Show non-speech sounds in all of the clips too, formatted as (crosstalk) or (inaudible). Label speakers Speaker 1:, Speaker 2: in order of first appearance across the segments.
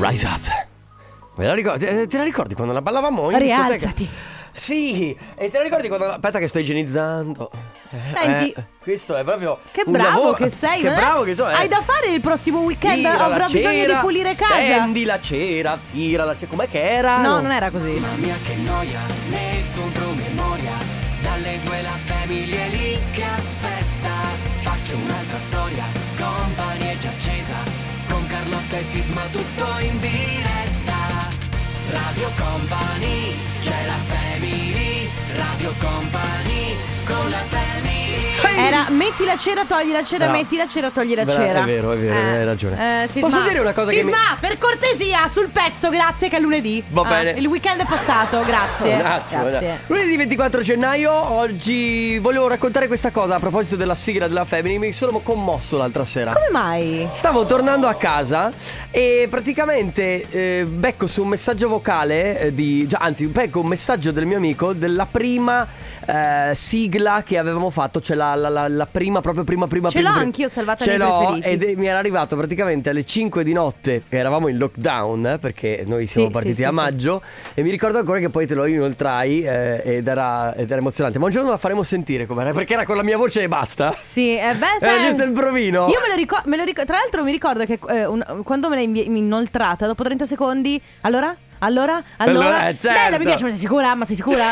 Speaker 1: Rise Up. Me la ricordi- eh, te la ricordi quando la ballavamo in discoteca?
Speaker 2: Rialzati.
Speaker 1: Sì, e te la ricordi quando... Aspetta che sto igienizzando. Eh,
Speaker 2: Senti.
Speaker 1: eh, questo è proprio...
Speaker 2: Che
Speaker 1: un
Speaker 2: bravo
Speaker 1: lavoro-
Speaker 2: che sei,
Speaker 1: Che
Speaker 2: non è?
Speaker 1: bravo che so. eh.
Speaker 2: Hai da fare il prossimo weekend,
Speaker 1: Tira la
Speaker 2: avrò bisogno
Speaker 1: cera,
Speaker 2: di pulire casa.
Speaker 1: Stendi la cera, tira la cera. Com'è che era?
Speaker 2: No, non era così.
Speaker 3: mia che noia, metto un promemoria, dalle due la famiglia è lì che aspetta, faccio un'altra storia, compagnie è già accesa, con Carlotta e Sisma tutto in diretta, Radio Company, c'è la family, Radio Company, con la family.
Speaker 2: Era metti la cera, togli la cera,
Speaker 1: Brava.
Speaker 2: metti la cera, togli la
Speaker 1: Bra-
Speaker 2: cera.
Speaker 1: è vero, è vero, hai ragione.
Speaker 2: eh, Sisma.
Speaker 1: Posso dire una cosa che mi-
Speaker 2: Sisma, per cortesia, sul pezzo, grazie che è lunedì.
Speaker 1: Va
Speaker 2: Ah,
Speaker 1: bene.
Speaker 2: Il weekend è passato, grazie.
Speaker 1: Un attimo, dai.
Speaker 2: grazie.
Speaker 1: lunedì 24 gennaio, oggi volevo raccontare questa cosa a proposito della sigla della Family, mi sono commosso l'altra sera.
Speaker 2: Come mai?
Speaker 1: Stavo tornando a casa e praticamente eh, becco su un messaggio vocale eh, di, già, anzi, becco un messaggio del mio amico della prima eh, sigla che avevamo fatto, cioè la, la- la- la prima, proprio prima, prima
Speaker 2: Ce
Speaker 1: prima,
Speaker 2: l'ho
Speaker 1: prima.
Speaker 2: anch'io salvata
Speaker 1: Ce
Speaker 2: nei
Speaker 1: l'ho
Speaker 2: preferiti.
Speaker 1: ed è- mi era arrivato praticamente alle 5 di notte, che eravamo in lockdown eh, perché noi siamo
Speaker 2: sì,
Speaker 1: partiti
Speaker 2: sì,
Speaker 1: a
Speaker 2: sì.
Speaker 1: maggio e mi ricordo ancora che poi te lo inoltrai eh, ed, era, ed era emozionante, ma un giorno la faremo sentire com'era perché era con la mia voce e basta.
Speaker 2: Sì, eh, beh,
Speaker 1: Era
Speaker 2: sai-
Speaker 1: giusto il provino.
Speaker 2: Io me lo ricordo, tra l'altro mi ricordo che eh, un- quando me l'hai invi- inoltrata, dopo 30 secondi, allora? Allora? Allora?
Speaker 1: Allora, eh, certo.
Speaker 2: Bella, mi piace, ma sei sicura? Ma
Speaker 1: (laughs)
Speaker 2: sei sicura?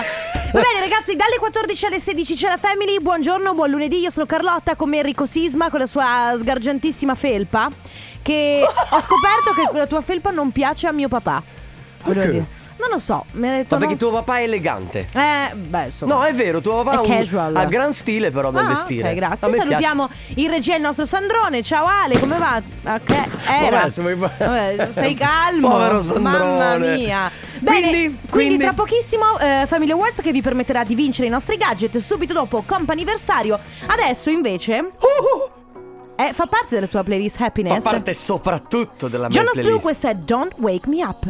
Speaker 2: Va bene ragazzi, dalle 14 alle 16 c'è la Family, buongiorno, buon lunedì, io sono Carlotta con me Enrico Sisma con la sua sgargiantissima felpa
Speaker 1: (laughs)
Speaker 2: che ho scoperto che la tua felpa non piace a mio papà. Volevo
Speaker 1: Perché?
Speaker 2: dire. Non lo so, mi ha detto...
Speaker 1: Ma perché
Speaker 2: no.
Speaker 1: tuo papà è elegante.
Speaker 2: Eh, beh, insomma.
Speaker 1: No, è vero, tuo papà
Speaker 2: È
Speaker 1: ha, un-
Speaker 2: casual.
Speaker 1: ha gran stile però nel
Speaker 2: Ah,
Speaker 1: vestire.
Speaker 2: Ok,
Speaker 1: A
Speaker 2: grazie.
Speaker 1: me
Speaker 2: Salutiamo in regia il nostro Sandrone. Ciao Ale, come va? Ah, che era?
Speaker 1: Vabbè, se vuoi-
Speaker 2: Vabbè,
Speaker 1: (laughs)
Speaker 2: stai calmo.
Speaker 1: Povero Sandrone.
Speaker 2: Mamma mia. Bene,
Speaker 1: Quindi-
Speaker 2: quindi,
Speaker 1: quindi-
Speaker 2: tra pochissimo eh, Family Awards che vi permetterà di vincere i nostri gadget subito dopo comp'anniversario. Adesso invece
Speaker 1: piace. Uh, uh,
Speaker 2: eh, fa parte della tua playlist Happiness.
Speaker 1: fa parte soprattutto della mia
Speaker 2: Jonas Blue,
Speaker 1: playlist.
Speaker 2: questa è Don't Wake Me Up.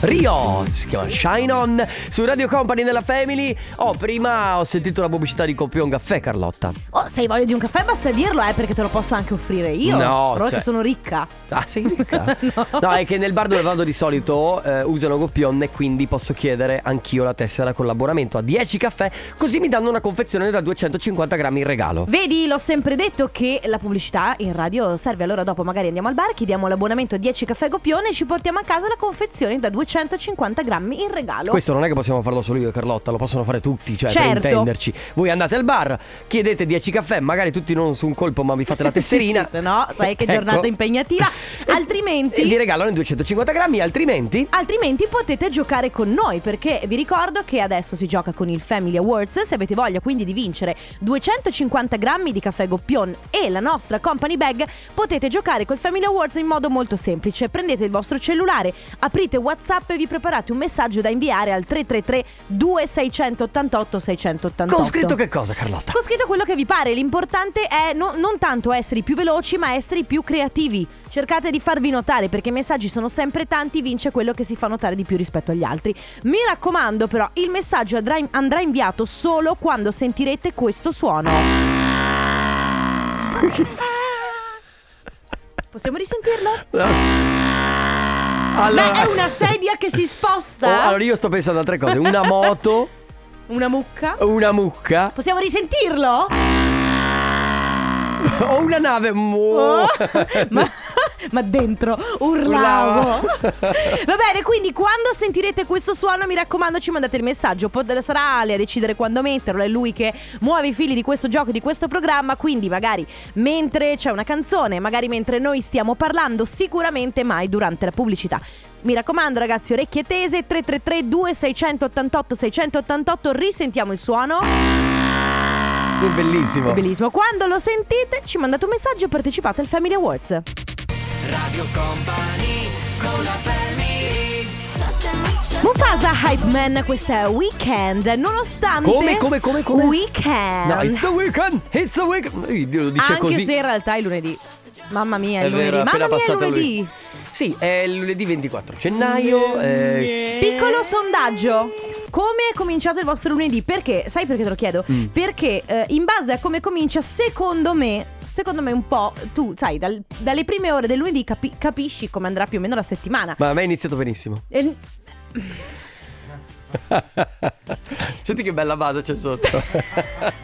Speaker 1: Rio si chiama Shine On su Radio Company della Family. Oh, prima ho sentito la pubblicità di Copion Caffè, Carlotta.
Speaker 2: Oh, se hai voglia di un caffè basta dirlo, eh, perché te lo posso anche offrire io.
Speaker 1: No,
Speaker 2: Però
Speaker 1: cioè-
Speaker 2: che sono ricca.
Speaker 1: Ah, sei ricca?
Speaker 2: (laughs) No.
Speaker 1: è che nel bar dove vado di solito eh, usano Copion e quindi posso chiedere anch'io la tessera collaboramento a 10 caffè, così mi danno una confezione da 250 grammi in regalo.
Speaker 2: Vedi, l'ho sempre detto che la pubblicità in radio serve. Allora, dopo magari andiamo al bar, chiediamo l'abbonamento a 10 caffè Goppione e ci portiamo a casa la confezione da 250 grammi in regalo.
Speaker 1: Questo non è che possiamo farlo solo io e Carlotta, lo possono fare tutti, cioè per
Speaker 2: Certo.
Speaker 1: intenderci. Voi andate al bar, chiedete 10 caffè, magari tutti non su un colpo, ma vi fate la tesserina.
Speaker 2: (laughs) Sì, sì, se no, sai che giornata
Speaker 1: Ecco.
Speaker 2: impegnativa.
Speaker 1: (laughs) E-
Speaker 2: Altrimenti-
Speaker 1: e vi regalano i 250 grammi, altrimenti.
Speaker 2: Altrimenti potete giocare con noi perché vi ricordo che adesso si gioca con il Family Awards. Se avete voglia quindi di vincere 250 grammi di caffè Goppion e la nostra company bag, potete giocare col Family Awards in modo molto semplice. Prendete il vostro cellulare, aprite WhatsApp e vi preparate un messaggio da inviare al 333 2688 688.
Speaker 1: Con scritto che cosa,
Speaker 2: (laughs)
Speaker 1: Carlotta?
Speaker 2: Con scritto quello che vi pare, l'importante è no- non tanto essere i più veloci, ma essere i più creativi. Cercate di farvi notare perché i messaggi sono sempre tanti, vince quello che si fa notare di più rispetto agli altri. Mi raccomando però, il messaggio andrà, in- andrà inviato solo quando sentirete questo suono. Possiamo risentirlo?
Speaker 1: Allora,
Speaker 2: Beh, è una sedia che si
Speaker 1: Oh,
Speaker 2: sposta.
Speaker 1: allora io sto pensando a altre cose: una moto,
Speaker 2: (laughs) Una mucca.
Speaker 1: una mucca
Speaker 2: Possiamo risentirlo?
Speaker 1: o una nave. Mo-
Speaker 2: Oh, (laughs) ma, ma dentro urlavo.
Speaker 1: Urlava.
Speaker 2: (laughs) Va bene, quindi quando sentirete questo suono, mi raccomando, ci mandate il messaggio. Pot- sarà Ale a decidere quando metterlo. È lui che muove i fili di questo gioco, di questo programma. Quindi, magari mentre c'è una canzone, magari mentre noi stiamo parlando, sicuramente mai durante la pubblicità. Mi raccomando, ragazzi, orecchie tese 333 2688 688. Risentiamo il suono.
Speaker 1: È bellissimo.
Speaker 2: Bellissimo. Quando lo sentite, ci mandate un messaggio e partecipate al Family Awards. Mufasa Hype Man, questo è Weekend, nonostante...
Speaker 1: Come, come, come, come?
Speaker 2: Weekend.
Speaker 1: No, it's the weekend! It's the weekend! Eh, Dio lo dice
Speaker 2: Anche
Speaker 1: così.
Speaker 2: se in realtà è lunedì. Mamma mia, è,
Speaker 1: È
Speaker 2: lunedì.
Speaker 1: vero, è appena
Speaker 2: Mamma mia, è
Speaker 1: passato il
Speaker 2: lunedì.
Speaker 1: lunedì. Sì, è lunedì 24 gennaio. eh,
Speaker 2: Piccolo sondaggio. come è cominciato il vostro lunedì? Perché, sai perché te lo chiedo?
Speaker 1: Mm.
Speaker 2: Perché eh, in base a come comincia, secondo me, secondo me un po', tu sai, dal- dalle prime ore del lunedì capi- capisci come andrà più o meno la settimana.
Speaker 1: Ma a me è iniziato benissimo. (laughs)
Speaker 2: E-
Speaker 1: Senti che bella base c'è
Speaker 2: (laughs)
Speaker 1: sotto.
Speaker 2: (laughs)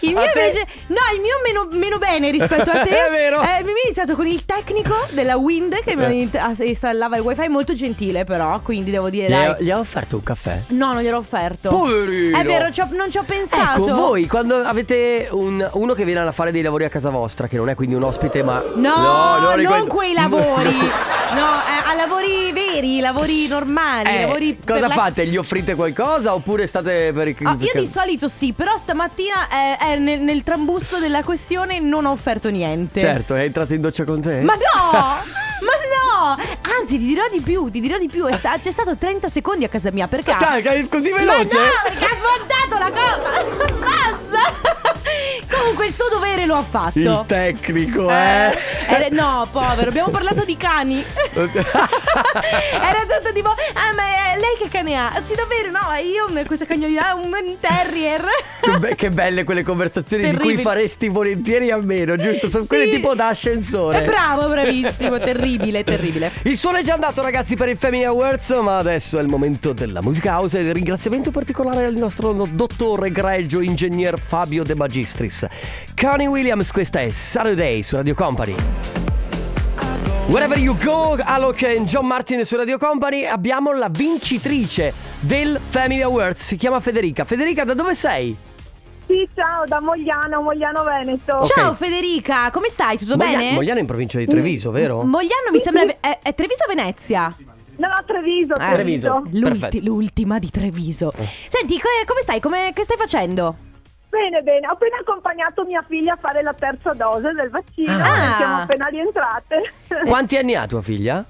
Speaker 2: Il mio
Speaker 1: A te-
Speaker 2: invece- no, il mio meno, meno bene
Speaker 1: (laughs)
Speaker 2: rispetto a te.
Speaker 1: È vero. Eh.
Speaker 2: Eh, mi è iniziato con il tecnico della Wind che mi int- ah, installava il wifi, molto gentile però, quindi devo dire
Speaker 1: gli, ho,
Speaker 2: dai.
Speaker 1: gli ho offerto un caffè.
Speaker 2: No, non gliel'ho offerto.
Speaker 1: Poverino.
Speaker 2: È vero, ci ho- non ci ho pensato.
Speaker 1: Ecco, voi quando avete un- uno che viene a fare dei lavori a casa vostra, che non è quindi un ospite, ma.
Speaker 2: No, non,
Speaker 1: di quel- (laughs)
Speaker 2: quei lavori. no, eh, a lavori veri, lavori normali,
Speaker 1: Eh,
Speaker 2: lavori per
Speaker 1: cosa
Speaker 2: la-
Speaker 1: fate? Gli offrite qualcosa oppure state per certo, i.
Speaker 2: Ah, io di solito sì, però stamattina eh, eh, nel, nel trambusto della questione non ho offerto niente.
Speaker 1: Certo, è entrato in doccia con te?
Speaker 2: Ma no! Ma no! Anzi, ti dirò di più, ti dirò di più. È sta- c'è stato 30 secondi a casa mia perché.
Speaker 1: Cioè, che- così
Speaker 2: Ma no,
Speaker 1: veloce?
Speaker 2: perché ha smontato la cosa! (laughs) Basta! Comunque il suo dovere lo ha fatto.
Speaker 1: Il tecnico, eh.
Speaker 2: Eh, era- no, povero, abbiamo parlato di cani. (laughs) Era tutto tipo, ah, ma eh, lei che cane ha? Sì, davvero, no, io questa cagnolina ha un terrier.
Speaker 1: (laughs) Che, be- che belle quelle conversazioni di
Speaker 2: Terribili.
Speaker 1: cui faresti volentieri a meno, giusto? Sono
Speaker 2: Sì.
Speaker 1: quelle tipo da ascensore.
Speaker 2: Eh,
Speaker 1: (laughs)
Speaker 2: bravo, bravissimo, terribile, terribile.
Speaker 1: Il suono è già andato ragazzi per il Family Awards Ma adesso è il momento della Music House E il ringraziamento particolare al nostro dottore egregio ingegner Fabio De Magistris Connie Williams questa è Saturday su Radio Company Wherever you go, Alok e John Martin su Radio Company Abbiamo la vincitrice del Family Awards Si chiama Federica Federica da dove sei?
Speaker 4: Sì, ciao, da Mogliano, Mogliano Veneto.
Speaker 1: Ok.
Speaker 2: Ciao Federica, come stai? Tutto
Speaker 1: Moglia-
Speaker 2: bene?
Speaker 1: Mogliano in provincia di Treviso, vero?
Speaker 2: Mogliano mi sembra è, è Treviso o Venezia?
Speaker 4: No, no, Treviso,
Speaker 2: Eh,
Speaker 1: Treviso.
Speaker 2: L'ulti-
Speaker 1: Perfetto.
Speaker 2: l'ultima di Treviso.
Speaker 1: Eh.
Speaker 2: Senti, co- come stai? Come- che stai facendo?
Speaker 4: Bene, bene. Ho appena accompagnato mia figlia a fare la terza dose del vaccino. eh,
Speaker 2: Ah.
Speaker 4: Siamo appena rientrate. (laughs)
Speaker 1: Quanti anni ha tua figlia?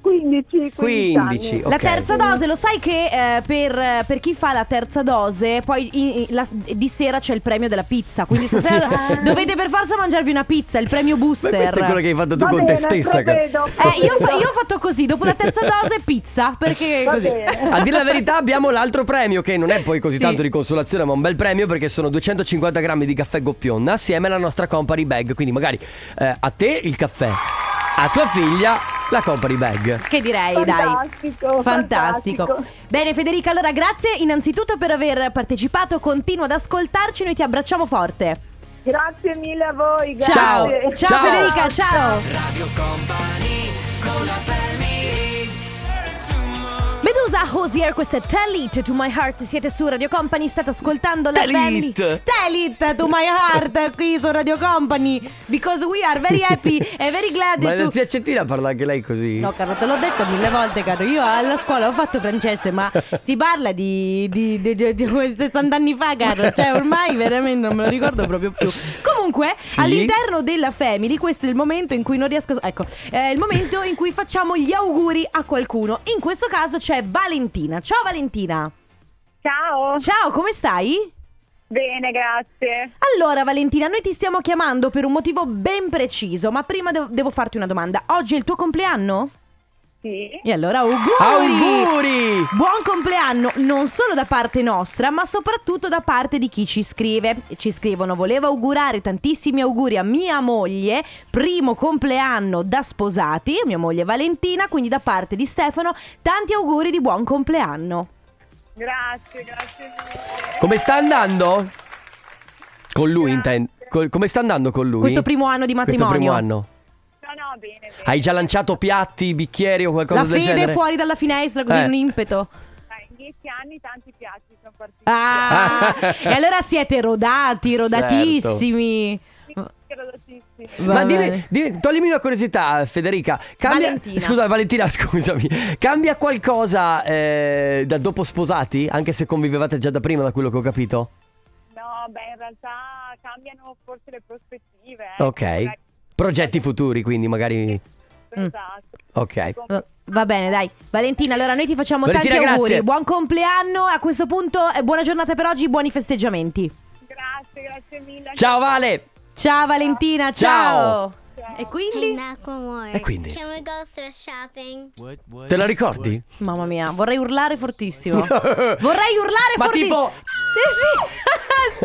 Speaker 4: 15, 15.
Speaker 1: 15,
Speaker 4: anni.
Speaker 1: ok.
Speaker 2: La terza dose, lo sai che eh, per, eh, per chi fa la terza dose, poi i- i- la- di sera c'è il premio della pizza. Quindi stasera
Speaker 1: (laughs)
Speaker 2: (laughs) dovete per forza mangiarvi una pizza, il premio
Speaker 1: Ma
Speaker 2: booster.
Speaker 1: questo è quello che hai fatto tu
Speaker 4: Va
Speaker 1: con
Speaker 4: bene,
Speaker 1: te stessa
Speaker 4: provvedo.
Speaker 2: Eh, io, ho fa- io ho fatto così, dopo la terza dose pizza, perché
Speaker 4: Va
Speaker 2: così.
Speaker 4: bene.
Speaker 1: A dire la verità abbiamo l'altro premio che non è poi così
Speaker 2: Sì.
Speaker 1: tanto di consolazione ma un bel premio perché sono 250 grammi di caffè goppionna assieme alla nostra company bag Quindi magari eh, a te il caffè, a tua figlia la company bag
Speaker 2: Che direi, dai.
Speaker 4: Fantastico, fantastico.
Speaker 2: Bene Federica, allora grazie innanzitutto per aver partecipato, continua ad ascoltarci, noi ti abbracciamo forte.
Speaker 4: Grazie mille a voi.
Speaker 1: Ciao.
Speaker 4: Grazie.
Speaker 2: ciao, Federica, ciao. Medusa Hosier, questa è Tell It to My Heart. Siete su Radio Company, state ascoltando la
Speaker 1: Tell
Speaker 2: family.
Speaker 1: it.
Speaker 2: Tell It to My Heart qui su Radio Company. Because we are
Speaker 1: (laughs)
Speaker 2: very happy and very glad
Speaker 1: Ma
Speaker 2: to.
Speaker 1: la zia Cettina parla anche lei così?
Speaker 2: Ah, No, caro, te l'ho detto mille volte, caro. Io alla scuola ho fatto francese, ma si parla di, di, di- di- di 60 anni fa, caro. Cioè, ormai veramente non me lo ricordo proprio più. Comunque,
Speaker 1: Sì.
Speaker 2: all'interno della Family, questo è il momento in cui non riesco. a- Ecco, è il momento in cui facciamo gli auguri a qualcuno. In questo caso c'è Valentina. Ciao, Valentina.
Speaker 4: Ciao.
Speaker 2: Ciao, come stai?
Speaker 4: Bene, grazie.
Speaker 2: Allora Valentina, noi ti stiamo chiamando per un motivo ben preciso, ma prima devo, devo farti una domanda. Oggi è il tuo compleanno?
Speaker 4: Sì.
Speaker 2: E allora auguri!
Speaker 1: Auguri!
Speaker 2: Buon compleanno non solo da parte nostra, ma soprattutto da parte di chi ci scrive. Ci scrivono: Volevo augurare tantissimi auguri a mia moglie, primo compleanno da sposati, mia moglie Valentina. Quindi, da parte di Stefano, tanti auguri di buon compleanno.
Speaker 4: Grazie, grazie mille.
Speaker 1: Come sta andando? Con lui intendo Col- Come sta andando con lui?
Speaker 2: Questo primo anno di
Speaker 1: Questo
Speaker 2: matrimonio.
Speaker 1: primo anno
Speaker 4: No, no, bene, bene.
Speaker 1: Hai già lanciato piatti, bicchieri o qualcosa
Speaker 2: La
Speaker 1: del
Speaker 2: fede
Speaker 1: genere?
Speaker 2: fuori dalla finestra, così
Speaker 1: Eh. (laughs)
Speaker 2: un impeto.
Speaker 4: Dai, in dieci anni tanti piatti sono partiti.
Speaker 2: Ah, e allora siete rodati,
Speaker 1: Certo.
Speaker 2: rodatissimi.
Speaker 4: Sì, gradosissimi.
Speaker 1: Ma
Speaker 2: Va
Speaker 1: dimmi,
Speaker 2: bene.
Speaker 1: dimmi- toglimi una curiosità, Federica. Cambia,
Speaker 2: Valentina.
Speaker 1: Scusa, Valentina, (laughs) scusami. Cambia qualcosa eh, da dopo sposati? Anche se convivevate già da prima, da quello che ho capito?
Speaker 4: No, beh, in realtà cambiano forse le prospettive. eh.
Speaker 1: Ok.
Speaker 4: Magari-
Speaker 1: Progetti futuri, quindi magari.
Speaker 4: Esatto.
Speaker 1: Mm. Ok.
Speaker 2: Va- Va bene, dai. Valentina, allora noi ti facciamo
Speaker 1: Valentina,
Speaker 2: tanti auguri.
Speaker 1: grazie.
Speaker 2: Buon compleanno. A questo punto, eh, buona giornata per oggi, buoni festeggiamenti.
Speaker 4: Grazie, grazie mille.
Speaker 1: Ciao, Vale.
Speaker 2: Ciao Valentina, ciao.
Speaker 1: Ciao.
Speaker 4: Ciao.
Speaker 2: E quindi?
Speaker 1: E quindi?
Speaker 5: Can we go thrift shopping?
Speaker 1: Te la ricordi?
Speaker 2: Mamma mia, vorrei urlare fortissimo. vorrei urlare
Speaker 1: Ma
Speaker 2: fortissimo.
Speaker 1: tipo-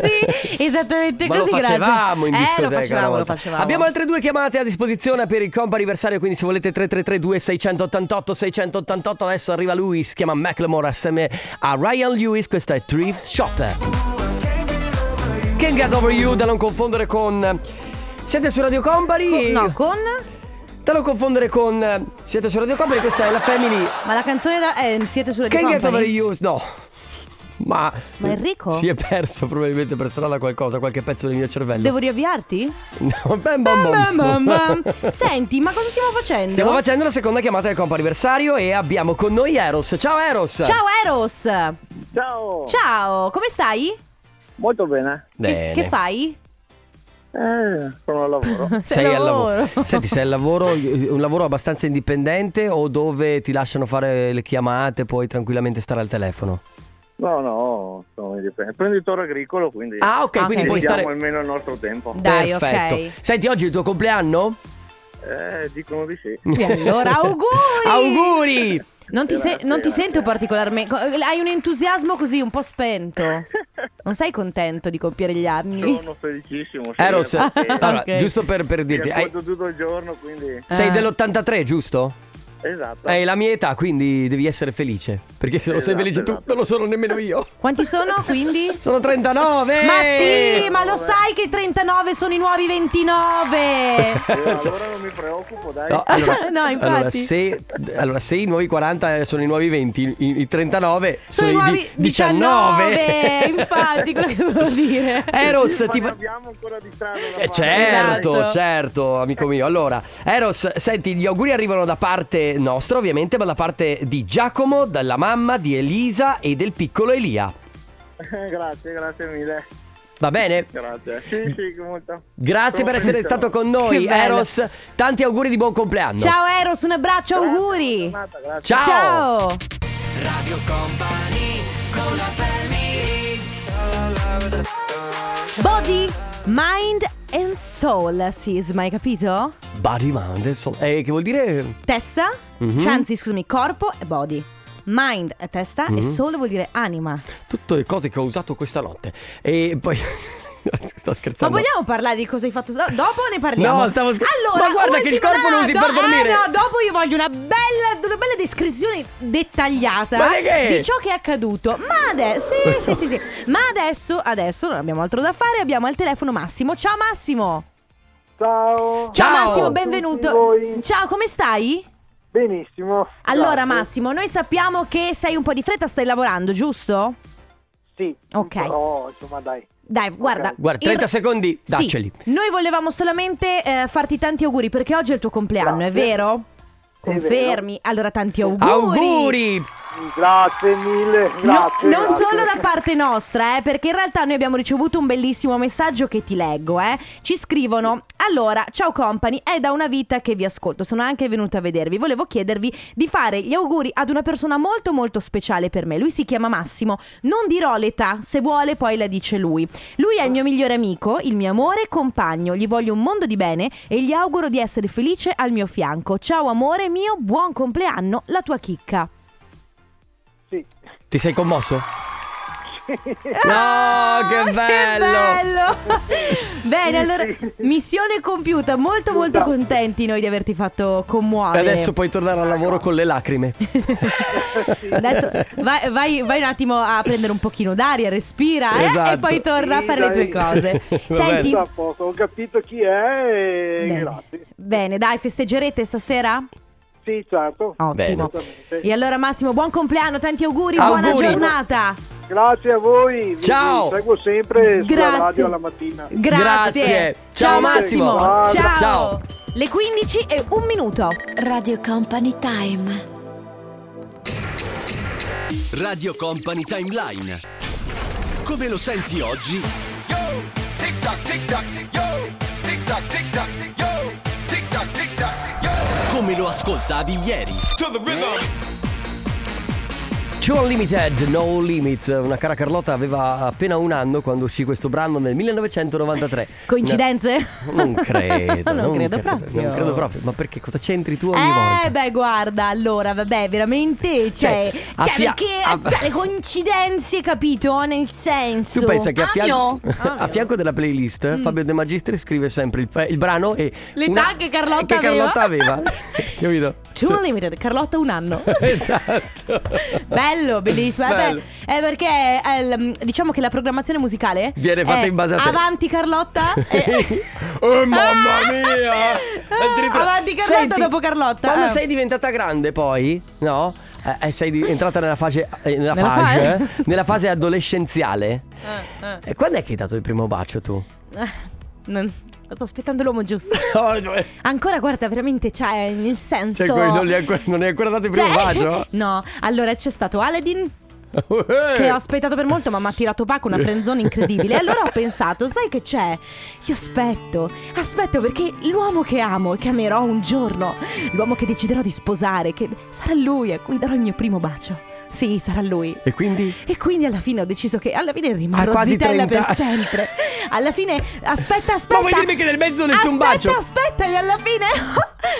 Speaker 2: Eh sì, (laughs) sì, esattamente
Speaker 1: Ma
Speaker 2: così,
Speaker 1: lo
Speaker 2: grazie.
Speaker 1: facevamo in discoteca.
Speaker 2: Eh, lo
Speaker 1: una
Speaker 2: facevamo, lo
Speaker 1: volta.
Speaker 2: facevamo.
Speaker 1: Abbiamo altre due chiamate a disposizione per il comp anniversario, quindi se volete 3332 688 688 adesso arriva lui, si chiama Macklemore assieme a Ryan Lewis, questa è Thrift Shop. Can't get over you da non confondere con eh, siete su Radio Company?
Speaker 2: Oh, No, con...
Speaker 1: Da non confondere con eh, siete su Radio Company, questa è la Family.
Speaker 2: Ma la canzone da... Eh, siete sulle
Speaker 1: Can't get over
Speaker 2: Company?
Speaker 1: you. No. Ma
Speaker 2: Ma Enrico?
Speaker 1: Si è perso probabilmente per strada qualcosa, qualche pezzo del mio cervello.
Speaker 2: Devo riavviarti?
Speaker 1: No, bam, bam, bam.
Speaker 2: Bam, bam, bam. Senti, ma cosa stiamo
Speaker 1: (laughs)
Speaker 2: facendo?
Speaker 1: Stiamo facendo la seconda chiamata del compo anniversario e abbiamo con noi Eros. Ciao Eros!
Speaker 2: Ciao Eros!
Speaker 1: Boh.
Speaker 6: Ciao!
Speaker 2: Ciao, come stai?
Speaker 6: Molto bene.
Speaker 2: Che,
Speaker 1: Bene.
Speaker 2: che fai?
Speaker 6: Eh, sono
Speaker 1: (laughs)
Speaker 6: al lavoro.
Speaker 1: Sei al lavoro. (laughs)
Speaker 2: (laughs)
Speaker 1: Senti, sei al lavoro, un lavoro abbastanza indipendente o dove ti lasciano fare le chiamate, puoi tranquillamente stare al telefono?
Speaker 6: No, no, sono indipendente. Imprenditore agricolo, quindi
Speaker 1: Ah, ok,
Speaker 2: Ok.
Speaker 1: quindi puoi
Speaker 6: diamo
Speaker 1: stare.
Speaker 6: almeno il nostro tempo.
Speaker 2: Dai,
Speaker 1: Perfetto.
Speaker 2: ok.
Speaker 1: Senti, oggi è il tuo compleanno?
Speaker 6: Eh, dicono di sì.
Speaker 1: (laughs)
Speaker 2: E allora, auguri! (laughs)
Speaker 1: Auguri!
Speaker 2: Non ti, se-
Speaker 6: Grazie,
Speaker 2: non ti
Speaker 6: grazie.
Speaker 2: sento particolarmente. Hai un entusiasmo così un po'
Speaker 6: (laughs)
Speaker 2: spento. Non sei contento di compiere gli anni?
Speaker 6: Sono felicissimo. sì,
Speaker 1: Eros,
Speaker 6: perché
Speaker 1: Eh, allora,
Speaker 2: Ok. Eh.
Speaker 1: giusto per, per dirti,
Speaker 6: Mi
Speaker 1: hai-
Speaker 6: accordo tutto il giorno, quindi...
Speaker 1: sei
Speaker 2: Ah.
Speaker 1: dell'83, giusto?
Speaker 6: Esatto.
Speaker 1: È la mia età, quindi devi essere felice. Perché se non sei
Speaker 6: Esatto,
Speaker 1: felice tu,
Speaker 6: esatto.
Speaker 1: non lo sono nemmeno io.
Speaker 2: Quanti sono quindi?
Speaker 1: Sono 39!
Speaker 2: Ma sì, ma lo sai che i 39 sono i nuovi 29.
Speaker 1: (laughs)
Speaker 6: Eh, allora non mi preoccupo, dai.
Speaker 1: No,
Speaker 6: (laughs)
Speaker 1: allora,
Speaker 2: (laughs) No, infatti.
Speaker 1: allora, se, allora, se i nuovi 40 sono i nuovi 20, i, i 39 sono,
Speaker 2: Sono i nuovi
Speaker 1: di-
Speaker 2: 19.
Speaker 1: 19.
Speaker 2: Infatti, quello che volevo dire.
Speaker 1: (laughs) Eros,
Speaker 6: Ma
Speaker 1: eh, ti
Speaker 6: ne
Speaker 1: fa-
Speaker 6: abbiamo ancora di strada da
Speaker 1: Eh,
Speaker 6: fare.
Speaker 1: certo,
Speaker 2: Esatto.
Speaker 1: certo, amico mio. Allora, Eros, senti, gli auguri arrivano da parte nostra, ovviamente, ma da parte di Giacomo, dalla mamma, di Elisa e del piccolo Elia.
Speaker 6: (laughs) grazie, grazie mille.
Speaker 1: Va bene?
Speaker 6: Grazie. Sì, sì, molto.
Speaker 1: Grazie
Speaker 6: Sono
Speaker 1: per essere
Speaker 6: felice.
Speaker 1: stato con noi,
Speaker 2: Che bello.
Speaker 1: Eros. Tanti auguri di buon compleanno.
Speaker 2: Ciao Eros, un abbraccio, auguri.
Speaker 6: Buona giornata, grazie.
Speaker 1: Ciao.
Speaker 2: Ciao. Body, mind and soul, Sisma, hai capito?
Speaker 1: Body Mind, insomma. Eh, che vuol dire?
Speaker 2: Testa,
Speaker 1: Mhm.
Speaker 2: cioè, anzi scusami, corpo e body. Mind è testa
Speaker 1: Mhm.
Speaker 2: e soul vuol dire anima.
Speaker 1: Tutte le cose che ho usato questa notte. E poi. (laughs) Sto
Speaker 2: Ma
Speaker 1: scherzando.
Speaker 2: vogliamo parlare di cosa hai fatto? No, dopo ne parliamo.
Speaker 1: No, stavo scher-
Speaker 2: Allora,
Speaker 1: Ma guarda che il
Speaker 2: ultimo-
Speaker 1: corpo lo
Speaker 2: no,
Speaker 1: usi
Speaker 2: no,
Speaker 1: per dormire.
Speaker 2: eh, no, dopo io voglio una bella, una bella descrizione dettagliata
Speaker 1: Ma di che?
Speaker 2: di ciò che è accaduto. Ma adesso, sì, sì, sì, sì. Ma adesso, adesso non abbiamo altro da fare. Abbiamo al telefono Massimo. Ciao Massimo.
Speaker 7: Ciao,
Speaker 2: Ciao,
Speaker 1: Ciao.
Speaker 2: Massimo,
Speaker 7: Tutti
Speaker 2: benvenuto.
Speaker 7: voi.
Speaker 2: Ciao, come stai?
Speaker 7: benissimo.
Speaker 2: Allora
Speaker 7: Grazie.
Speaker 2: Massimo, noi sappiamo che sei un po' di fretta, stai lavorando, giusto?
Speaker 7: Sì.
Speaker 2: Ok.
Speaker 7: Però, insomma, dai.
Speaker 2: Dai, guarda.
Speaker 1: Guarda,
Speaker 2: in-
Speaker 1: 30 secondi,
Speaker 2: Sì,
Speaker 1: dacceli.
Speaker 2: noi volevamo solamente eh, farti tanti auguri perché oggi è il tuo compleanno, è
Speaker 7: Grazie.
Speaker 2: vero?
Speaker 7: vero.
Speaker 2: Confermi? Allora, tanti auguri.
Speaker 1: Auguri!
Speaker 7: Grazie mille. Grazie.
Speaker 2: No, non
Speaker 7: grazie.
Speaker 2: solo da parte nostra, eh, perché in realtà noi abbiamo ricevuto un bellissimo messaggio che ti leggo. eh. Ci scrivono: Allora, ciao company, è da una vita che vi ascolto. Sono anche venuta a vedervi. Volevo chiedervi di fare gli auguri ad una persona molto, molto speciale per me. Lui si chiama Massimo. Non dirò l'età, se vuole, poi la dice lui. Lui è il mio migliore amico, il mio amore e compagno. Gli voglio un mondo di bene e gli auguro di essere felice al mio fianco. Ciao, amore mio, buon compleanno, la tua chicca.
Speaker 7: Sì.
Speaker 1: Ti sei commosso?
Speaker 2: Ah,
Speaker 1: No, Oh, che bello!
Speaker 2: bello! Bene, allora, missione compiuta, molto molto contenti noi di averti fatto
Speaker 1: E
Speaker 2: commuovere.
Speaker 1: adesso puoi tornare al lavoro con le lacrime.
Speaker 2: (laughs)
Speaker 1: (laughs)
Speaker 2: Adesso vai, vai- vai un attimo a prendere un pochino d'aria, respira eh,
Speaker 1: Esatto.
Speaker 2: e poi torna a
Speaker 7: Sì,
Speaker 2: fare le tue
Speaker 7: dai.
Speaker 2: cose.
Speaker 1: Va
Speaker 2: Senti,
Speaker 7: Sta a posto, Ho capito chi è e
Speaker 6: eh,
Speaker 2: bene.
Speaker 7: grazie.
Speaker 2: Bene, dai, festeggerete stasera?
Speaker 7: Sì, certo.
Speaker 2: Ottimo.
Speaker 7: Assolutamente.
Speaker 2: E allora Massimo, buon compleanno, tanti auguri, buona
Speaker 1: Auguri.
Speaker 2: giornata.
Speaker 7: Grazie a voi. Vi-
Speaker 1: Ciao.
Speaker 7: Vi seguo sempre
Speaker 2: Grazie.
Speaker 7: sulla radio alla mattina.
Speaker 2: Grazie.
Speaker 1: Grazie.
Speaker 2: Ciao,
Speaker 1: Ciao,
Speaker 2: Massimo.
Speaker 7: Massimo.
Speaker 2: Ciao.
Speaker 1: Ciao.
Speaker 2: Le 15 e un minuto.
Speaker 8: Radio Company Time.
Speaker 3: Radio Company Timeline. Come lo senti oggi? Come lo ascoltavi ieri?
Speaker 1: Tour Limited, No Limits. Una cara Carlotta aveva appena un anno quando uscì questo brano nel 1993.
Speaker 2: Coincidenze?
Speaker 1: No, non credo.
Speaker 2: (laughs) Non credo proprio.
Speaker 1: Non credo proprio. Ma perché cosa c'entri tu ogni volta?
Speaker 2: Eh beh guarda allora vabbè veramente
Speaker 1: Cioè,
Speaker 2: cioè, cioè,
Speaker 1: a fia-
Speaker 2: perché
Speaker 1: a-
Speaker 2: cioè, le coincidenze capito nel senso
Speaker 1: Tu pensa che a fianco,
Speaker 9: Agno.
Speaker 1: (laughs) a fianco della
Speaker 2: Mm.
Speaker 1: playlist Fabio De Magistri scrive sempre il, il brano e
Speaker 2: Le tag che Carlotta
Speaker 1: che Carlotta aveva.
Speaker 2: (laughs)
Speaker 1: Capito?
Speaker 2: C'è un limited Carlotta
Speaker 1: (laughs)
Speaker 2: un anno
Speaker 1: Esatto.
Speaker 2: Bello, bellissimo. Eh, beh,
Speaker 1: Bello.
Speaker 2: è perché eh, l- diciamo che la programmazione musicale
Speaker 1: Viene fatta
Speaker 2: è
Speaker 1: in base a te.
Speaker 2: Avanti Carlotta. Eh, e-
Speaker 1: (laughs) oh mamma mia!
Speaker 2: Ah, avanti Carlotta,
Speaker 1: Senti,
Speaker 2: dopo Carlotta.
Speaker 1: Quando
Speaker 2: Eh.
Speaker 1: sei diventata grande poi, no? Eh, eh, sei di- entrata nella fase eh, nella,
Speaker 2: Nella Ah,
Speaker 1: fase,
Speaker 2: fa-
Speaker 1: eh? Nella fase adolescenziale. E quando è che hai dato il primo bacio tu?
Speaker 2: (laughs) Non- Sto aspettando l'uomo giusto.
Speaker 1: No, cioè,
Speaker 2: Ancora, guarda, veramente, cioè, nel senso.
Speaker 1: cioè, poi non, li hai ancora- non hai ancora dato il primo
Speaker 2: Cioè,
Speaker 1: bacio?
Speaker 2: (laughs) No, allora c'è stato Aladdin
Speaker 1: Eh.
Speaker 2: che ho aspettato per molto ma mi ha tirato pacco una frenzone incredibile e allora
Speaker 1: (laughs)
Speaker 2: ho pensato sai che c'è io aspetto aspetto perché l'uomo che amo e che amerò un giorno l'uomo che deciderò di sposare che sarà lui a cui darò il mio primo bacio sì sarà lui
Speaker 1: E quindi?
Speaker 2: e quindi alla fine ho deciso che alla fine rimarrò
Speaker 1: Ha quasi 30.
Speaker 2: zitella per sempre. Alla fine, aspetta, aspetta.
Speaker 1: vuoi dirmi che nel mezzo nessun
Speaker 2: aspetta,
Speaker 1: bacio?
Speaker 2: Aspetta, e alla fine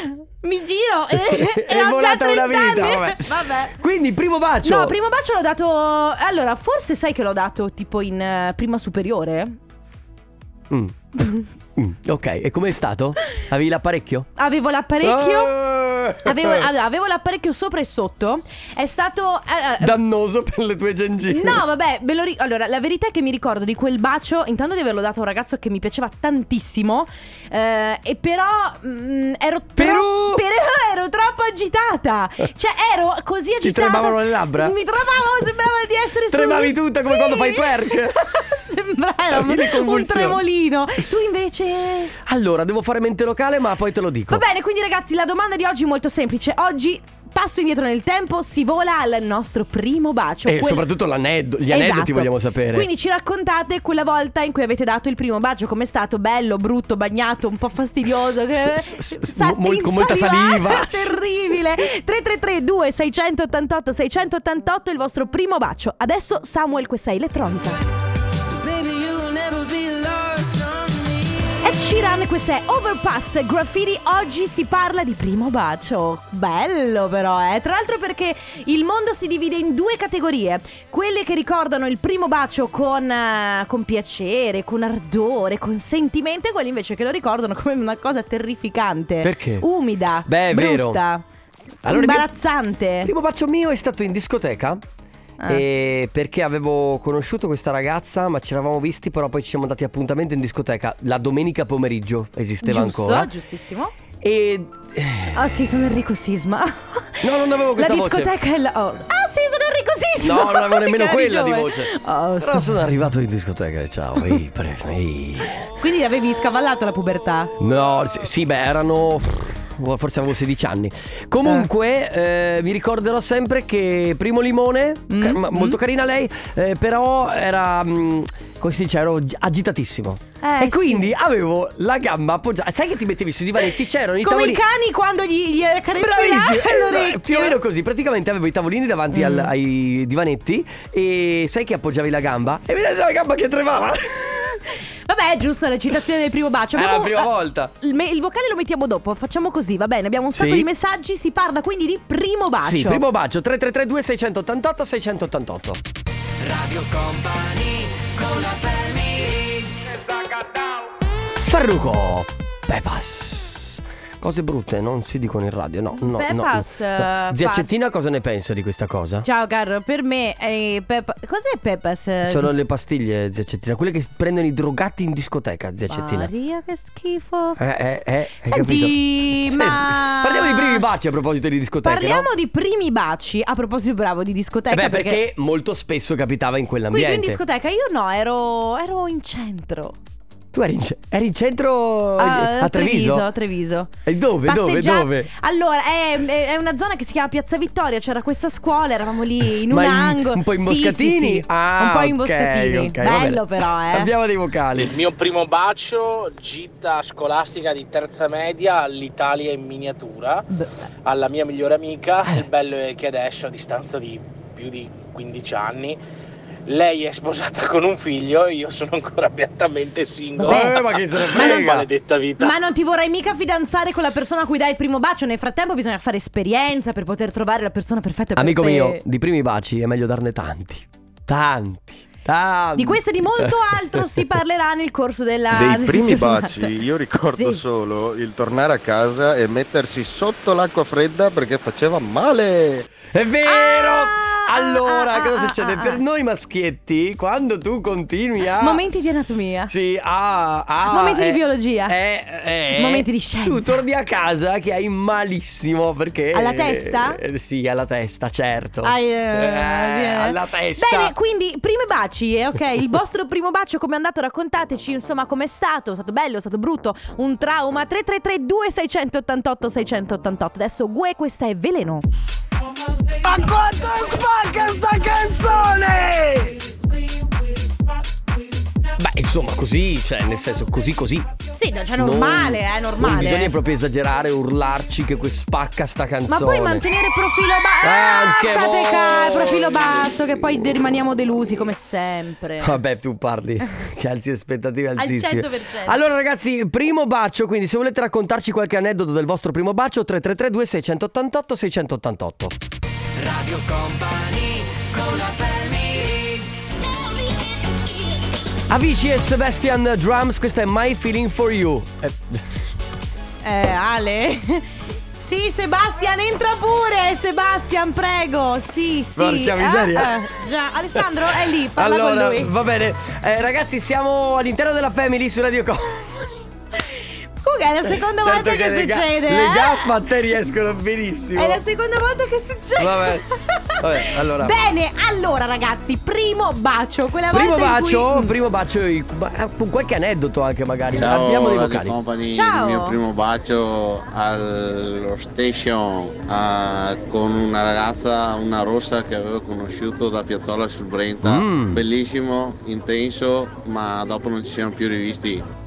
Speaker 2: (laughs) mi giro
Speaker 1: (laughs)
Speaker 2: (laughs) e,
Speaker 1: È
Speaker 2: e ho già
Speaker 1: volata
Speaker 2: 30
Speaker 1: una vita,
Speaker 2: anni.
Speaker 1: vabbè.
Speaker 2: vabbè.
Speaker 1: Quindi primo bacio.
Speaker 2: No, primo bacio l'ho dato. Allora, forse sai che l'ho dato tipo in eh, prima superiore?
Speaker 1: (laughs) Mm. Mm. Ok, e com'è stato? Avevi l'apparecchio?
Speaker 2: Avevo l'apparecchio.
Speaker 1: Ah!
Speaker 2: Avevo, allora, avevo l'apparecchio sopra e sotto. È stato. eh, eh,
Speaker 1: Dannoso per le tue gengive.
Speaker 2: No, vabbè, ve lo ri- allora la verità è che mi ricordo di quel bacio, intanto di averlo dato a un ragazzo che mi piaceva tantissimo, eh, e però mm, ero, tro-
Speaker 1: Perù!
Speaker 2: però (laughs) ero troppo agitata, cioè ero così agitata.
Speaker 1: tremavano le labbra?
Speaker 2: Mi tremavo, sembrava di essere su-
Speaker 1: Tremavi tutta come quando fai twerk.
Speaker 2: (laughs) Sembrava
Speaker 1: Avevi le
Speaker 2: un,
Speaker 1: convulsioni. Ecco.
Speaker 2: tremolino. Tu invece...
Speaker 1: Allora, devo fare mente locale, ma poi te lo dico.
Speaker 2: Va bene, quindi ragazzi, la domanda di oggi è molto semplice. Oggi passo indietro nel tempo, si vola al nostro primo bacio.
Speaker 1: E
Speaker 2: Quel-
Speaker 1: soprattutto l'aneddo- gli
Speaker 2: cioè, Esatto.
Speaker 1: aneddoti vogliamo sapere.
Speaker 2: Quindi ci raccontate quella volta in cui avete dato il primo bacio, com'è stato? Bello, brutto, bagnato, un po' fastidioso, eh? che-
Speaker 1: S- s- s-
Speaker 2: sa-
Speaker 1: mo- con molta
Speaker 2: insalivata,
Speaker 1: saliva.
Speaker 2: (laughs) terribile. 333 2688 688 il vostro primo bacio. Adesso Samuel questa è elettronica. Ed Sheeran, questa è Overpass Graffiti. Oggi si parla di primo bacio. Bello, però, eh. Tra l'altro, perché il mondo si divide in due categorie: quelle che ricordano il primo bacio con, eh, con piacere, con ardore, con sentimento, e quelli invece che lo ricordano come una cosa terrificante.
Speaker 1: Perché?
Speaker 2: Umida,
Speaker 1: Beh, è vero.
Speaker 2: brutta,
Speaker 1: Allora,
Speaker 2: imbarazzante.
Speaker 1: Il primo bacio mio è stato in discoteca.
Speaker 2: Ah.
Speaker 1: eh, perché avevo conosciuto questa ragazza, ma ci eravamo visti, però poi ci siamo dati appuntamento in discoteca la domenica pomeriggio. Esisteva
Speaker 2: Giusto,
Speaker 1: ancora.
Speaker 2: giustissimo.
Speaker 1: E
Speaker 2: Ah, sì, sono Enrico Sisma.
Speaker 1: No, non avevo questa
Speaker 2: La
Speaker 1: voce.
Speaker 2: discoteca è la. oh. Ah, sì, sono Enrico Sisma.
Speaker 1: No, non avevo
Speaker 2: (laughs)
Speaker 1: nemmeno
Speaker 2: Che eri
Speaker 1: quella di
Speaker 2: giovane.
Speaker 1: voce.
Speaker 2: Oh,
Speaker 1: Però
Speaker 2: sì.
Speaker 1: sono arrivato in discoteca e ciao, ehi, pre- ehi.
Speaker 2: Quindi avevi scavallato la pubertà.
Speaker 1: No, sì, sì, beh, erano. boh, Forse avevo 16 anni. Comunque, eh, mi ricorderò sempre che Primo Limone,
Speaker 2: Mm,
Speaker 1: ca- ma-
Speaker 2: mm.
Speaker 1: molto carina lei, eh, però era. mm, come si dice, ero gi- agitatissimo.
Speaker 2: Eh,
Speaker 1: e quindi avevo la gamba appoggiata. Sai che ti mettevi sui divanetti? C'erano i
Speaker 2: Come i
Speaker 1: tavolini.
Speaker 2: cani quando gli, gli carezzi
Speaker 1: Bravissimo,
Speaker 2: (laughs) la-
Speaker 1: eh,
Speaker 2: l'orecchio.
Speaker 1: più o meno così. Praticamente avevo i tavolini davanti al-
Speaker 2: Mm.
Speaker 1: ai divanetti e sai che appoggiavi la gamba? E vedete la gamba che tremava.
Speaker 2: Vabbè, è giusto, la citazione del primo bacio.
Speaker 1: Era la
Speaker 2: Abbiamo-
Speaker 1: prima
Speaker 2: eh,
Speaker 1: volta.
Speaker 2: Il, me- il vocale lo mettiamo dopo, facciamo così, va bene. Abbiamo un sacco
Speaker 1: Sì.
Speaker 2: di messaggi, si parla quindi di primo bacio.
Speaker 1: Sì, primo bacio 3332 688 688. Radio Company con la Farruco Pepas. Cose brutte non si dicono in radio, no, no,
Speaker 2: Pepas,
Speaker 1: no.
Speaker 2: eh,
Speaker 1: Zia
Speaker 2: fa-
Speaker 1: Cettina cosa ne pensa di questa cosa?
Speaker 2: Ciao caro, per me è Peppa- Cos'è Peppas? eh,
Speaker 1: Sono le pastiglie, zia Cettina, quelle che prendono i drogati in discoteca, zia Cettina.
Speaker 2: Maria, che schifo.
Speaker 1: Eh, eh, eh, hai
Speaker 2: Senti,
Speaker 1: capito?
Speaker 2: ma-
Speaker 1: Sì. Parliamo di primi baci a proposito di discoteche,
Speaker 2: Parliamo
Speaker 1: no?
Speaker 2: di primi baci. A proposito, bravo, di discoteca.
Speaker 1: Eh beh, perché... molché spesso capitava in
Speaker 2: Qui tu
Speaker 1: quell'ambiente.
Speaker 2: in discoteca, io no, ero, ero in centro.
Speaker 1: Tu eri in, ce- eri in centro eh,
Speaker 2: Ah,
Speaker 1: a Treviso?
Speaker 2: a Treviso.
Speaker 1: E dove, dove,
Speaker 2: Passeggia-
Speaker 1: dove?
Speaker 2: Allora, è, è una zona che si chiama Piazza Vittoria. C'era questa scuola, eravamo lì in un
Speaker 1: Ma in-
Speaker 2: angolo.
Speaker 1: un po' in
Speaker 2: Sì,
Speaker 1: Boscatini?
Speaker 2: sì, sì.
Speaker 1: Ah,
Speaker 2: un po' in
Speaker 1: ok,
Speaker 2: Boscatini.
Speaker 1: ok, va
Speaker 2: Bello,
Speaker 1: bene.
Speaker 2: però, eh.
Speaker 1: Abbiamo dei vocali.
Speaker 10: mio primo bacio, gita scolastica di terza media all'Italia in miniatura,
Speaker 2: B- Eh.
Speaker 10: alla mia migliore amica. Il bello è che adesso, a distanza di più più di 15 anni. Lei è sposata (laughs) con un figlio e io sono ancora (laughs) piattamente single.
Speaker 2: Vabbè.
Speaker 1: Eh, ma chi se ne
Speaker 2: Ma non-
Speaker 1: frega?
Speaker 10: Maledetta vita.
Speaker 2: Ma non ti vorrai mica fidanzare con la persona a cui dai il primo bacio. Nel frattempo bisogna fare esperienza per poter trovare la persona perfetta per
Speaker 1: Amico
Speaker 2: te.
Speaker 1: mio, di primi baci è meglio darne tanti. Tanti. Tanti.
Speaker 2: Di
Speaker 1: (laughs)
Speaker 2: questo e di molto altro si parlerà nel corso della
Speaker 9: Dei
Speaker 2: (laughs) della
Speaker 9: primi
Speaker 2: giornata.
Speaker 9: baci io ricordo
Speaker 2: Sì.
Speaker 9: solo il tornare a casa e mettersi sotto l'acqua fredda perché faceva male.
Speaker 1: È vero!
Speaker 2: Ah,
Speaker 1: allora,
Speaker 2: ah,
Speaker 1: cosa
Speaker 2: ah,
Speaker 1: succede?
Speaker 2: ah,
Speaker 1: per
Speaker 2: ah.
Speaker 1: noi maschietti, quando tu continui a.
Speaker 2: Momenti di anatomia.
Speaker 1: Sì, ah, ah,
Speaker 2: Momenti di biologia.
Speaker 1: eh, eh,
Speaker 2: Momenti di scienza.
Speaker 1: Tu torni a casa che hai malissimo perché.
Speaker 2: Alla testa?
Speaker 1: Eh, sì, alla testa, certo.
Speaker 2: Ah, eh,
Speaker 1: Eh,
Speaker 2: eh.
Speaker 1: alla testa.
Speaker 2: Bene, quindi primi baci, eh, ok? Il vostro primo bacio come è andato? Raccontateci, insomma, com'è stato? È stato bello, è stato brutto? Un trauma? 3332 688 688. Adesso Gue, questa è veleno.
Speaker 3: Ma quanto spacca sta canzone!
Speaker 1: Beh, insomma, così, cioè, nel senso, così, così.
Speaker 2: Sì, no, cioè normale,
Speaker 1: Non-
Speaker 2: eh, normale.
Speaker 1: Non bisogna proprio esagerare, urlarci che que- spacca sta
Speaker 2: Ma
Speaker 1: canzone.
Speaker 2: poi mantenere profilo Ah,
Speaker 1: Eh,
Speaker 2: basso.
Speaker 1: anche voi.
Speaker 2: profilo basso, che poi de- rimaniamo delusi come sempre.
Speaker 1: Vabbè, tu
Speaker 2: (laughs)
Speaker 1: parli che alzi aspettative altissime.
Speaker 2: 100%.
Speaker 1: Allora, ragazzi, primo bacio. Quindi, se volete raccontarci qualche aneddoto del vostro primo bacio, 3332 688 688.
Speaker 3: Radio Company con la family
Speaker 1: Avicii e Sebastian Drums, questa è My Feeling for You. Eh,
Speaker 2: Eh, Ale. (laughs) Sì, Sebastian, entra pure. Sebastian, prego. Sì, sì.
Speaker 1: Porca miseria.
Speaker 2: Ah, ah, già, Alessandro è lì, parla
Speaker 1: allora,
Speaker 2: con lui.
Speaker 1: va bene. Eh, ragazzi, siamo all'interno della Family su Radio Com. Certo
Speaker 2: Comunque, è la seconda volta che,
Speaker 1: le ga-
Speaker 2: succede.
Speaker 1: Le
Speaker 2: eh?
Speaker 1: gaffe a te riescono benissimo.
Speaker 2: È la seconda volta che succede.
Speaker 1: Vabbè, vabbè, allora.
Speaker 2: (laughs) Bene, allora ragazzi, primo bacio. Quella
Speaker 1: Primo
Speaker 2: volta
Speaker 1: bacio,
Speaker 2: in eh, cui...
Speaker 1: primo bacio, il- ma- con qualche aneddoto anche magari. Abbiamo dei vocali.
Speaker 2: Ciao.
Speaker 9: bacio allo station a- con una ragazza, una rossa che avevo conosciuto da Piazzola sul Brenta.
Speaker 1: Mm.
Speaker 9: Bellissimo, intenso, ma dopo non ci siamo più rivisti.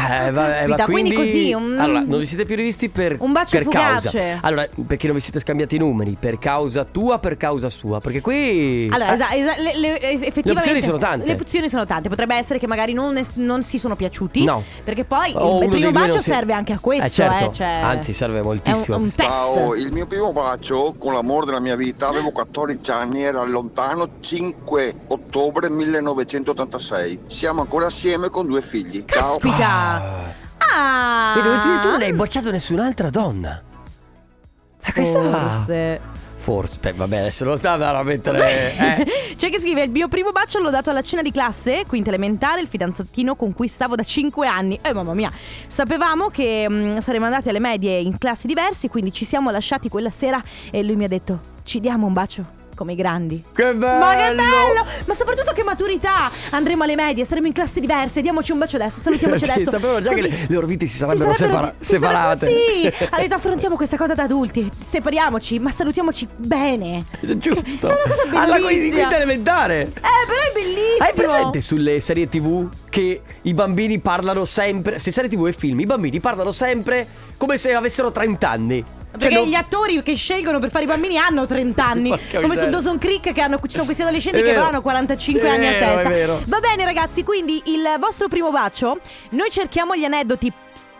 Speaker 1: Eh, va-
Speaker 2: Caspita,
Speaker 1: eh, ma
Speaker 2: quindi così, un-
Speaker 1: Allora, non vi siete più rivisti per
Speaker 2: Un bacio
Speaker 1: per
Speaker 2: fugace.
Speaker 1: causa. Allora, perché non vi siete scambiati i numeri? Per causa tua, per causa sua? Perché qui.
Speaker 2: Allora, esatto,
Speaker 1: Eh,
Speaker 2: esa- esa- le, le- effettivamente
Speaker 1: Le opzioni sono tante.
Speaker 2: Le opzioni sono tante. Potrebbe essere che magari non, es- non si sono piaciuti.
Speaker 1: No.
Speaker 2: Perché poi
Speaker 1: o
Speaker 2: il
Speaker 1: uno dei due
Speaker 2: primo
Speaker 1: non
Speaker 2: bacio
Speaker 1: si-
Speaker 2: serve anche a questo.
Speaker 1: Eh, certo.
Speaker 2: cioè-
Speaker 1: Anzi, serve
Speaker 2: È un,
Speaker 1: moltissimo.
Speaker 2: un test.
Speaker 11: Ciao, il mio primo bacio con l'amore della mia vita avevo 14 anni, era lontano 5 ottobre 1986. Siamo ancora assieme con due figli. Ciao.
Speaker 2: Caspita. Ah.
Speaker 1: Vedi, tu, tu non hai bocciato nessun'altra donna. Ma questa.
Speaker 2: Forse.
Speaker 1: Forse. Beh, vabbè, adesso lo stava a mettere.
Speaker 2: (laughs)
Speaker 1: eh.
Speaker 2: C'è chi scrive: Il mio primo bacio l'ho dato alla cena di classe, quinta elementare, il fidanzatino con cui stavo da 5 anni. Eh, mamma mia! Sapevamo che mm, saremmo andati alle medie in classi diversi, quindi ci siamo lasciati quella sera e lui mi ha detto: Ci diamo un bacio come i grandi.
Speaker 1: Che bello!
Speaker 2: Ma che bello! Ma soprattutto che maturità! Andremo alle medie, saremo in classi diverse, diamomoci un bacio adesso,
Speaker 1: (laughs)
Speaker 2: salutiamoci
Speaker 1: Sì,
Speaker 2: adesso.
Speaker 1: sapevo già
Speaker 2: Così-
Speaker 1: che le- le loro vite si sarebbero separa-
Speaker 2: si sarebbero-
Speaker 1: separate.
Speaker 2: sì! Ha detto affrontiamo questa cosa da adulti, separiamoci, ma salutiamoci bene.
Speaker 1: Giusto.
Speaker 2: È una cosa bellissima.
Speaker 1: Alla qui- quinta elementare.
Speaker 2: Eh, però è bellissimo.
Speaker 1: Hai presente sulle serie tv che i bambini parlano sempre, se serie tv e film, i bambini parlano sempre come se avessero 30 anni. Cioè,
Speaker 2: Perché
Speaker 1: non-
Speaker 2: gli attori che scelgono per fare i bambini hanno 30 anni.
Speaker 1: (laughs) Porca
Speaker 2: Come su
Speaker 1: miseria.
Speaker 2: Dawson Creek che hanno, ci sono questi adolescenti
Speaker 1: È
Speaker 2: che
Speaker 1: vero.
Speaker 2: però hanno 45
Speaker 1: È
Speaker 2: anni
Speaker 1: vero,
Speaker 2: a
Speaker 1: è
Speaker 2: testa.
Speaker 1: vero.
Speaker 2: Va bene ragazzi, quindi il vostro primo bacio, noi cerchiamo gli aneddoti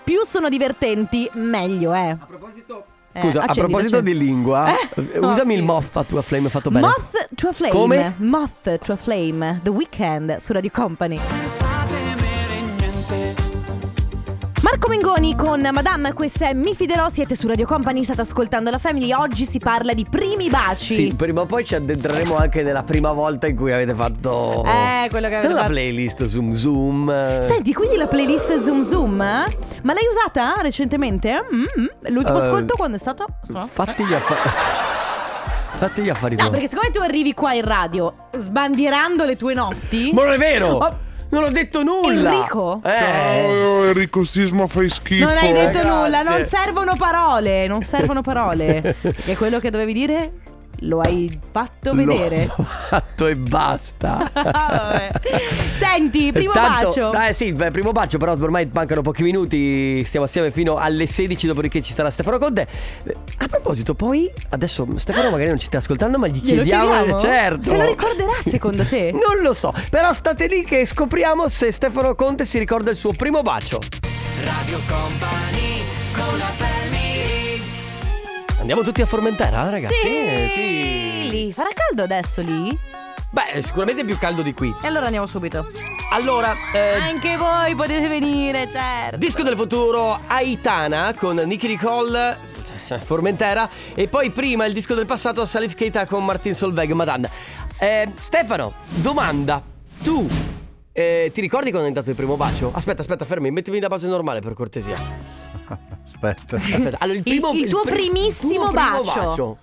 Speaker 2: più sono divertenti, meglio eh. è. A proposito
Speaker 1: Scusa, a proposito di lingua,
Speaker 2: Eh, no,
Speaker 1: usami
Speaker 2: sì.
Speaker 1: il moth a tua flame, fatto bene.
Speaker 2: Moth to a Flame.
Speaker 1: Come?
Speaker 2: Moth to a Flame, The Weeknd su Radio Company.
Speaker 3: senza temere niente.
Speaker 2: Marco Mengoni con Madame, questa è Mi Fiderò, siete su Radio Company, state ascoltando la Family, oggi si parla di primi baci.
Speaker 1: Sì, prima o poi ci addentreremo anche nella prima volta in cui avete fatto
Speaker 2: Eh, quello che avete
Speaker 1: Oh. la
Speaker 2: fatto.
Speaker 1: playlist Zoom Zoom. eh.
Speaker 2: Senti, quindi la playlist Zoom Zoom, eh? ma l'hai usata recentemente? Mm, L'ultimo
Speaker 1: Eh,
Speaker 2: ascolto quando è stato? Sono-
Speaker 1: Fatti gli affari. (laughs) Fatti gli affari
Speaker 2: No,
Speaker 1: tuoi.
Speaker 2: perché siccome tu arrivi qua in radio sbandierando le tue notti...
Speaker 1: Ma non è vero!
Speaker 2: Oh.
Speaker 1: Non ho detto nulla!
Speaker 2: Enrico?
Speaker 1: Eh.
Speaker 9: Enrico Sisma fai schifo.
Speaker 2: Non hai detto
Speaker 1: grazie. (laughs)
Speaker 2: nulla, non servono parole, non servono parole. e quello che dovevi dire? Lo hai fatto vedere?
Speaker 1: (laughs) L'ho fatto e basta.
Speaker 2: (laughs)
Speaker 1: Eh,
Speaker 2: Vabbè. Senti, primo
Speaker 1: Tanto-
Speaker 2: bacio.
Speaker 1: Eh sì, beh, primo bacio, però ormai mancano pochi minuti. Stiamo assieme fino alle 16, dopodiché ci sarà Stefano Conte. Eh, A proposito, poi adesso Stefano magari non ci sta ascoltando, ma gli
Speaker 2: Glielo
Speaker 1: chiediamo.
Speaker 2: chiediamo?
Speaker 1: Certo.
Speaker 2: Se lo ricorderà, secondo te?
Speaker 1: (laughs) non lo so, però state lì che scopriamo se Stefano Conte si ricorda il suo primo bacio.
Speaker 3: Radio Company con la family
Speaker 1: Andiamo tutti a Formentera, eh, ragazzi? Eh,
Speaker 2: Sì, lì. Farà caldo adesso lì?
Speaker 1: Beh, sicuramente è più caldo di qui.
Speaker 2: E allora andiamo subito.
Speaker 1: Allora, eh,
Speaker 2: Anche voi potete venire, certo.
Speaker 1: Disco del futuro Aitana con Nicky Nicole (laughs) eh, Formentera e poi prima il disco del passato Salif Keita con Martin Solveig Madonna Eh, Stefano domanda tu eh, ti ricordi quando è andato il primo bacio? Aspetta aspetta fermi mettimi la base normale per cortesia
Speaker 12: (laughs) Aspetta.
Speaker 1: Aspetta allora il primo
Speaker 2: il tuo
Speaker 1: pri-
Speaker 2: primissimo
Speaker 1: tuo primo
Speaker 2: bacio.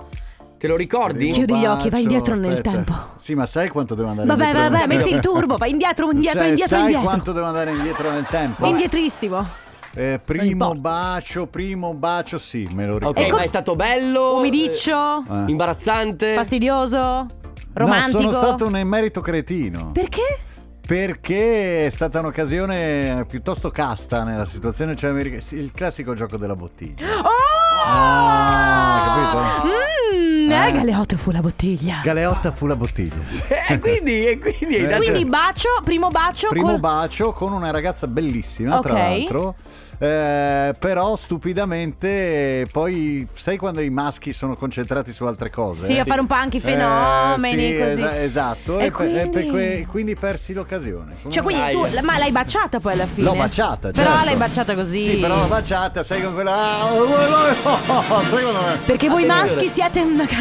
Speaker 1: Te lo ricordi?
Speaker 2: Chiudi gli occhi, vai indietro nel tempo.
Speaker 12: Sì, ma sai quanto devo andare
Speaker 2: Vabbè,
Speaker 12: indietro?
Speaker 2: vabbè,
Speaker 12: nel
Speaker 2: metti il
Speaker 12: tempo?
Speaker 2: turbo, vai indietro, indietro,
Speaker 12: Cioè,
Speaker 2: indietro,
Speaker 12: sai
Speaker 2: indietro.
Speaker 12: quanto devo andare indietro nel tempo?
Speaker 2: Indietrissimo.
Speaker 12: Eh, primo bacio, primo bacio, sì, me lo ricordo.
Speaker 1: Ok ma è stato bello
Speaker 2: Umidiccio,
Speaker 12: Eh.
Speaker 1: eh, Imbarazzante
Speaker 2: fastidioso, romantico.
Speaker 12: No, sono stato un emerito cretino.
Speaker 2: Perché?
Speaker 12: Perché è stata un'occasione piuttosto casta nella situazione, cioè mi ric- sì, il classico gioco della bottiglia.
Speaker 2: Oh!
Speaker 12: Ah, capito?
Speaker 2: Mmm, eh,
Speaker 12: Eh.
Speaker 2: Galeotto fu la bottiglia.
Speaker 12: Galeotta fu la bottiglia.
Speaker 1: E Eh, quindi E quindi hai
Speaker 12: Eh,
Speaker 1: dato-
Speaker 12: certo.
Speaker 2: Quindi bacio, primo bacio
Speaker 12: Primo
Speaker 2: col-
Speaker 12: bacio con una ragazza bellissima, tra
Speaker 2: Ok.
Speaker 12: l'altro. Eh, però stupidamente poi sai quando i maschi sono concentrati su altre cose?
Speaker 2: Sì, a fare un po' anche i fenomeni,
Speaker 12: Eh, sì,
Speaker 2: così.
Speaker 12: esa- esatto.
Speaker 2: E
Speaker 12: E, per- e per
Speaker 2: quindi?
Speaker 12: que- quindi persi l'occasione. Come
Speaker 2: Cioè, quindi
Speaker 12: mai?
Speaker 2: tu, ma l'hai baciata poi alla fine?
Speaker 12: L'ho baciata,
Speaker 2: Però
Speaker 12: certo.
Speaker 2: l'hai baciata così.
Speaker 12: Sì, però l'ho baciata, sai con quella. Ah, oh, oh, oh, Secondo me.
Speaker 2: Perché voi
Speaker 1: Attenzione.
Speaker 2: maschi siete una (laughs) ca-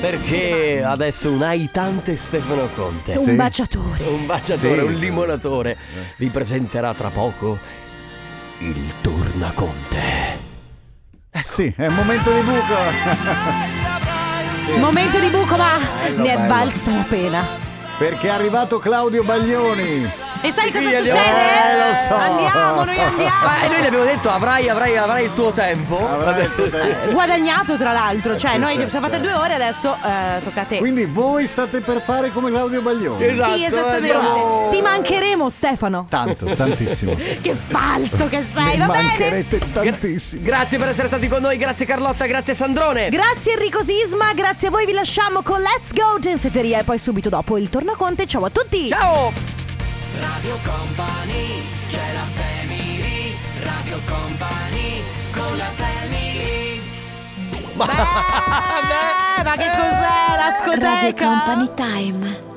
Speaker 1: Perché adesso un aitante Stefano Conte
Speaker 2: un
Speaker 12: Sì.
Speaker 2: baciatore.
Speaker 1: Un baciatore,
Speaker 12: Sì,
Speaker 1: un
Speaker 12: sì. Eh.
Speaker 1: limonatore vi presenterà tra poco il Tornaconte.
Speaker 12: Sì, è un momento di buco.
Speaker 2: Momento di buco, ma
Speaker 12: Bello,
Speaker 2: ne è
Speaker 12: bello.
Speaker 2: valsa la pena.
Speaker 12: Perché è arrivato Claudio Baglioni.
Speaker 2: E sai cosa
Speaker 1: Quindi
Speaker 2: succede?
Speaker 1: andiamo-
Speaker 12: Eh, lo so.
Speaker 2: Andiamo, noi andiamo.
Speaker 12: (laughs)
Speaker 1: Ma e noi gli abbiamo detto avrai, avrai, avrai il tuo tempo.
Speaker 12: Avrà il tuo tempo.
Speaker 2: Guadagnato tra l'altro, cioè
Speaker 12: sì,
Speaker 2: noi
Speaker 12: certo,
Speaker 2: siamo fatte
Speaker 12: certo.
Speaker 2: due ore, adesso eh, tocca a te.
Speaker 12: Quindi voi state per fare come Claudio Baglioni.
Speaker 1: Esatto.
Speaker 2: sì, esattamente.
Speaker 1: andiamo.
Speaker 2: Ti mancheremo, Stefano.
Speaker 12: Tanto, tantissimo.
Speaker 2: (laughs) Che falso che sei,
Speaker 12: Mi
Speaker 2: va bene?
Speaker 12: mancherete
Speaker 1: Gra-
Speaker 12: tantissimo.
Speaker 1: grazie per essere stati con noi, grazie Carlotta, grazie Sandrone.
Speaker 2: Grazie Enrico Sisma, grazie a voi vi lasciamo con Let's Go Genseteria e poi subito dopo il tornaconte. Ciao a tutti!
Speaker 1: Ciao!
Speaker 3: Radio Company c'è la family Radio Company con la family
Speaker 2: Eh, ma che cos'è la
Speaker 8: Radio
Speaker 2: scoteca?
Speaker 8: Company Time